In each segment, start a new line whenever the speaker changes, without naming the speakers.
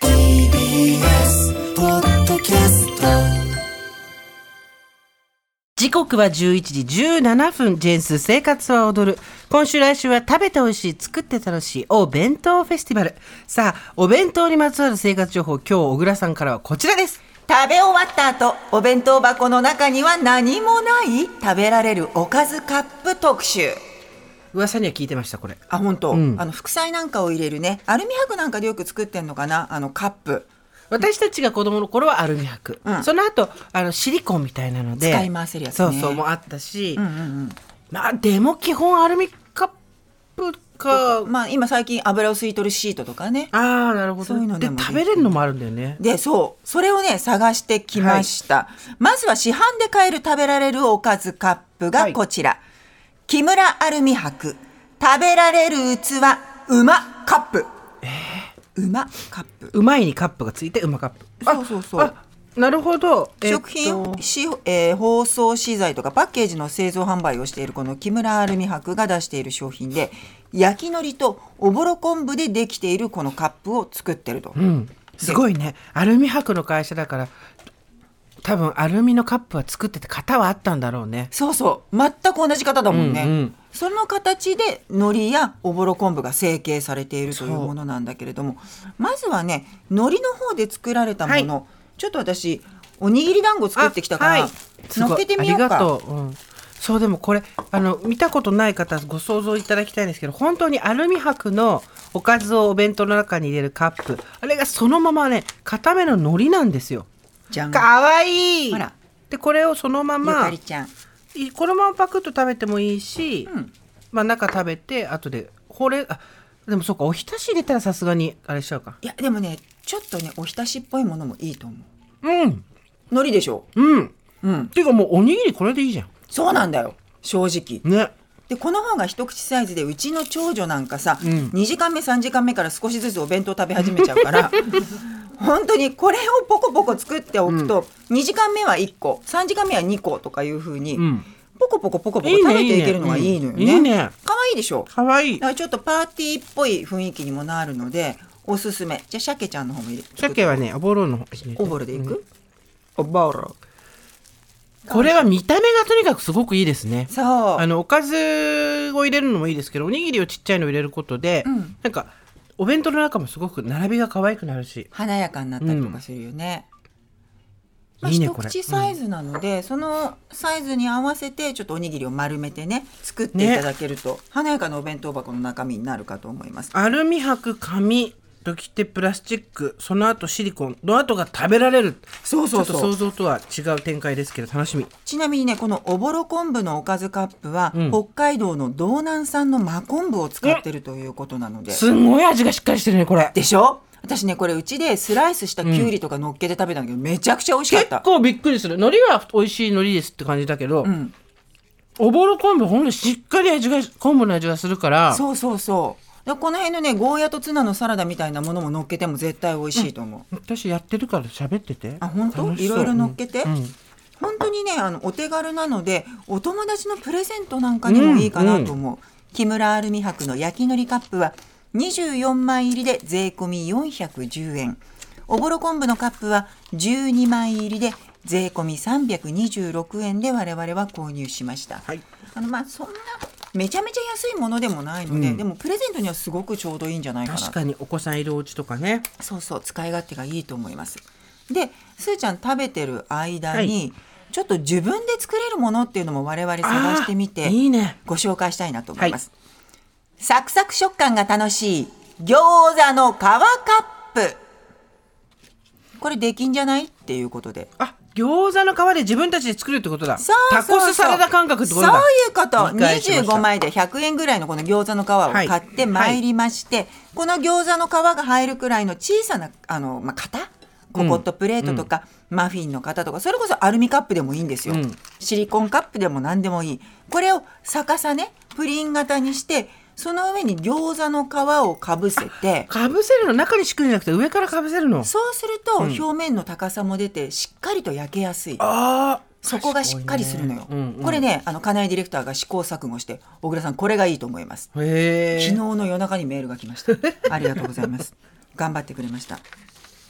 TBS ポッドキャスト
時刻は11時17分、ジェンス生活は踊る。今週来週は食べて美味しい、作って楽しい、お弁当フェスティバル。さあ、お弁当にまつわる生活情報、今日小倉さんからはこちらです。
食べ終わった後お弁当箱の中には何もない食べられるおかずカップ特集
噂には聞いてました、これ。
あ本当、あの副菜なんかを入れるねアルミ箔なんかでよく作ってんのかなあのカップ
私たちが子供の頃はアルミ箔。
うん
その後、あの、シリコンみたいなので。
使い回せるやつ
そ
ね
うそう、もあったし。まあ、でも基本アルミカップか。
まあ今最近油を吸い取るシートとかね
ああ、なるほど。
そういうので
で
もでき
食べ
る
れるのもあるんだよね。
でそうそれをね探してきました、まずは市販で買える食べられるおかずカップがこちら、木村アルミ箔食べられる器うまカップうまカップ
うまいにカップがついて、うまカップ。あ
そうそうそう
あなるほど。えっと
食品、しえー包装資材とかパッケージの製造販売をしているこの木村アルミ箔が出している商品で焼き海苔とおぼろ昆布でできているこのカップを作ってると、
うん、すごいねアルミ箔の会社だから多分アルミのカップは作ってて型はあったんだろうね
そうそう全く同じ方だもんね、
うんうん
その形で海苔やおぼろ昆布が成形されているというものなんだけれどもまずはね海苔の方で作られたもの、
は
ちょっと私おにぎり団子作ってきたから、
あすごい
乗っけてみようか
ありがとう、うん、そうでもこれあの見たことない方ご想像いただきたいんですけど本当にアルミ箔のおかずをお弁当の中に入れるカップあれがそのままね固めの海苔なんですよ
じゃん
かわいい
ほら
でこれをそのま
ゆか
ま
りちゃん
いこのままパクッと食べてもいいし、
ん
まあ中食べて後でほうれあでもそうかおひたし入れたらさすがにあれしちゃうか
いやでもねちょっとねおひたしっぽいものもいいと思う
うん
海苔でしょ
うん
うん
ていうかもうおにぎりこれでいいじゃん
そうなんだよ正直
ね
でこの方が一口サイズでうちの長女なんかさ、
ん
2時間目3時間目から少しずつお弁当食べ始めちゃうから 本当にこれをポコポコ作っておくと、2時間目は1個3時間目は2個とかいうふうに、
ん
ポコポコポコポコ食べていけるのがいいのよね。
いいねいいねうんいいね
かわいいでしょ
かわいい
だからちょっとパーティーっぽい雰囲気にもなるのでおすすめじゃあ鮭ちゃんの方も入れ
鮭はねおぼろの方
おぼろでいく、
おぼろこれは見た目がとにかくすごくいいですね
そう
あのおかずを入れるのもいいですけどおにぎりをちっちゃいの入れることで、
ん
なんかお弁当の中もすごく並びが可愛くなるし
華やかになったりとかするよね。まあ、
いいね
一
これ
口サイズなので、そのサイズに合わせてちょっとおにぎりを丸めてね作っていただけると、華やかなお弁当箱の中身になるかと思います。
アルミ箔紙ときてプラスチックその後シリコンの後が食べられる
そうそう
ち
そ
ょ
う
っと想像とは違う展開ですけど楽しみ
ちなみにねこのおぼろ昆布のおかずカップは、北海道の道南産の真昆布を使ってるということなので。
すごい味がしっかりしてるねこれ
でしょ私ねこれうちでスライスしたきゅうりとか乗っけて食べたんだけど、めちゃくちゃ美味しかっ
結
た。
構びっくりする海苔は美味しい海苔ですって感じだけど、
ん
おぼろ昆布ほんとしっかり味が昆布の味がするから
そうそうそう。でこの辺のねゴーヤとツナのサラダみたいなものも乗っけても絶対美味しいと思う。
私やってるから喋ってて
あ本当
楽し
い
そう
ろいろ乗っけて、
うんうん
本当にねあのお手軽なのでお友達のプレゼントなんかにもいいかなと思う、木村アルミ箔の焼き海苔カップは24枚入りで税込み410円おぼろ昆布のカップは12枚入りで税込み326円で我々は購入しました、
はい
あのまあそんなめちゃめちゃ安いものでもないので、でもプレゼントにはすごくちょうどいいんじゃないかなと
確かにお子さんいるお家とかね
そうそう使い勝手がいいと思います。でスーちゃん食べてる間に、
はい
ちょっと自分で作れるものっていうのも我々探してみ
あ
て
ーいいね
ご紹介したいなと思います。サクサク食感が楽しい餃子の皮カップこれできんじゃないっていうことで。
あ餃子の皮で自分たちで作るってことだ
そうそうそう
タコスサラダ感覚ってことだ
そういうこと
理解しました
25枚で100円ぐらいのこの餃子の皮を買ってまいりまして、この餃子の皮が入るくらいの小さなあの、まあ、型ココットプレートとか、マフィンの型とかそれこそアルミカップでもいいんですよ、
うん
シリコンカップでも何でもいいこれを逆さねプリン型にしてその上に餃子の皮をかぶせて
かぶせるの中に敷くんじゃなくて上からかぶせるの
そうすると表面の高さも出てしっかりと焼けやすい、
あ
そこがしっかりするのよ、
賢いねうんうん
これねあの金井ディレクターが試行錯誤して小倉さんこれがいいと思います
あへえ
昨日の夜中にメールが 来ましたありがとうございます頑張ってくれました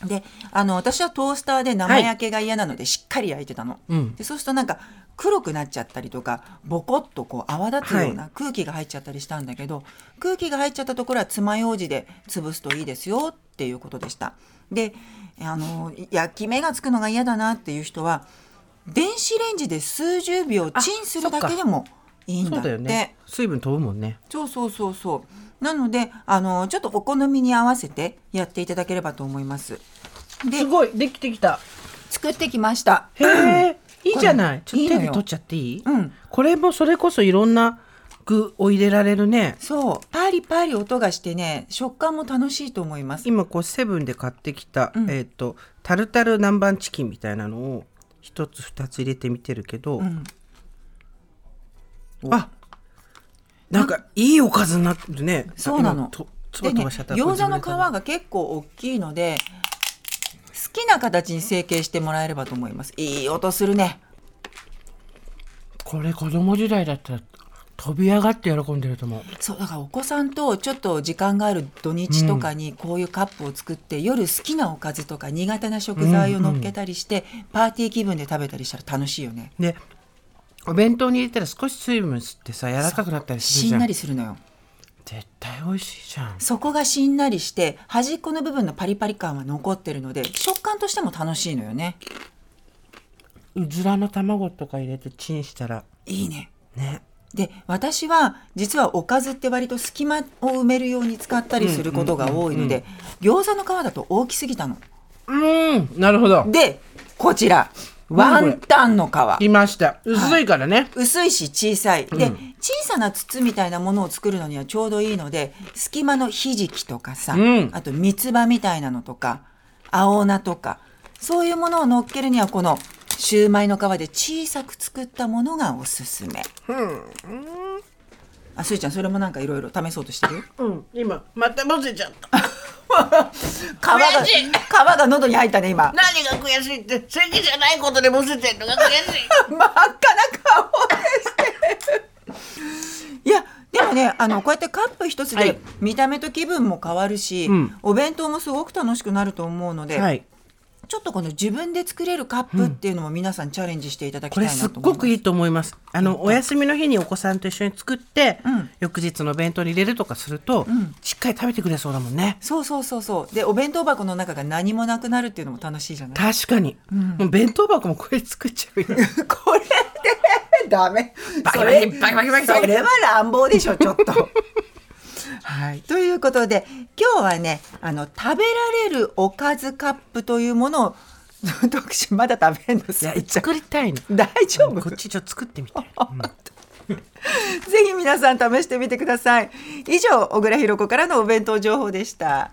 であの私はトースターで生焼けが嫌なのでしっかり焼いてたの、
うん
でそうするとなんか黒くなっちゃったりとかボコッとこう泡立つような空気が入っちゃったりしたんだけど、空気が入っちゃったところは爪楊枝で潰すといいですよっていうことでしたであの焼き目がつくのが嫌だなっていう人は電子レンジで数十秒チンするだけでもいいんだ
そう
っ
だ
て
よね水分飛ぶもんね
そうそうそうそう。なので、あの、ちょっとお好みに合わせてやっていただければと思います。で、
すごいできてきた
作ってきました。
へえいいじゃないち
これ
ょっと
いい
手
の
で
よ
取っちゃっていい
うん
これもそれこそいろんな具を入れられるね
そう、パリパリ音がしてね、食感も楽しいと思います。
今こうセブンで買ってきた、えっ、とタルタル南蛮チキンみたいなのを一つ二つ入れてみてるけど、あなんかいいおかずになってるね
そうなの
今と。つば
で
と
ね、
ばしちゃったこれ
餃子の
自
皮
分で食
が結構大きいので、好きな形に成形してもらえればと思います。いい音するね。
べるこれ子供時代だったら飛び上がって喜んでると思う
そうだからお子さんとちょっと時間がある土日とかにこういうカップを作って、夜好きなおかずとか苦手な食材を乗っけたりして、パーティー気分で食べたりしたら楽しいよね
ねお弁当に入れたら少し水分吸ってさ柔らかくなったりする
し
じ
ん
ゃん
なりするのよ
絶対美味しいじゃん
そこがしんなりして端っこの部分のパリパリ感は残ってるので食感としても楽しいのよね
うずらの卵とか入れてチンしたら
いいね
ね
で私は実はおかずって割と隙間を埋めるように使ったりすることが多いので餃子の皮だと大きすぎたの
うんなるほど
でこちらワンタンの皮
きました薄いからね、
薄いし小さい。で、小さな筒みたいなものを作るのにはちょうどいいので、隙間のひじきとかさ、
ん
あと三つ葉みたいなのとか、青菜とか、そういうものを乗っけるにはこのシューマイの皮で小さく作ったものがおすすめ。あ、すいちゃん、それもなんかいろいろ試そうとしてる
うん今また混ぜちゃった
皮が、皮が喉に入ったね、今。
何が悔しいって席じゃないことでむせてんのが悔し い
真っ赤な顔でして。いやでもねあのこうやってカップ一つ
はい
で見た目と気分も変わるし、
ん
お弁当もすごく楽しくなると思うので、
はい
ちょっとこの自分で作れるカップっていうのも皆さんチャレンジしていただ
こ
きたい
れ
な
すっ
と思い
ご
ます。
くいいと思いますあのお休みの日にお子さんと一緒に作って、
ん
翌日の弁当に入れるとかすると、しっかり食べてくれそうだもんね
そうそうそうそうでお弁当箱の中が何もなくなるっていうのも楽しいじゃない
確かに、もう弁当箱もこれ作っちゃうよ
これってダメそれそれは乱暴でしょちょっとはいということで今日はねあの食べられるおかずカップというものを 特集まだ食べんの
い
す
や
いちゃん
作りたいの
大丈 夫
こっちちょっと作ってみたい
ぜひ皆さん試してみてください以上小倉弘子からのお弁当情報でした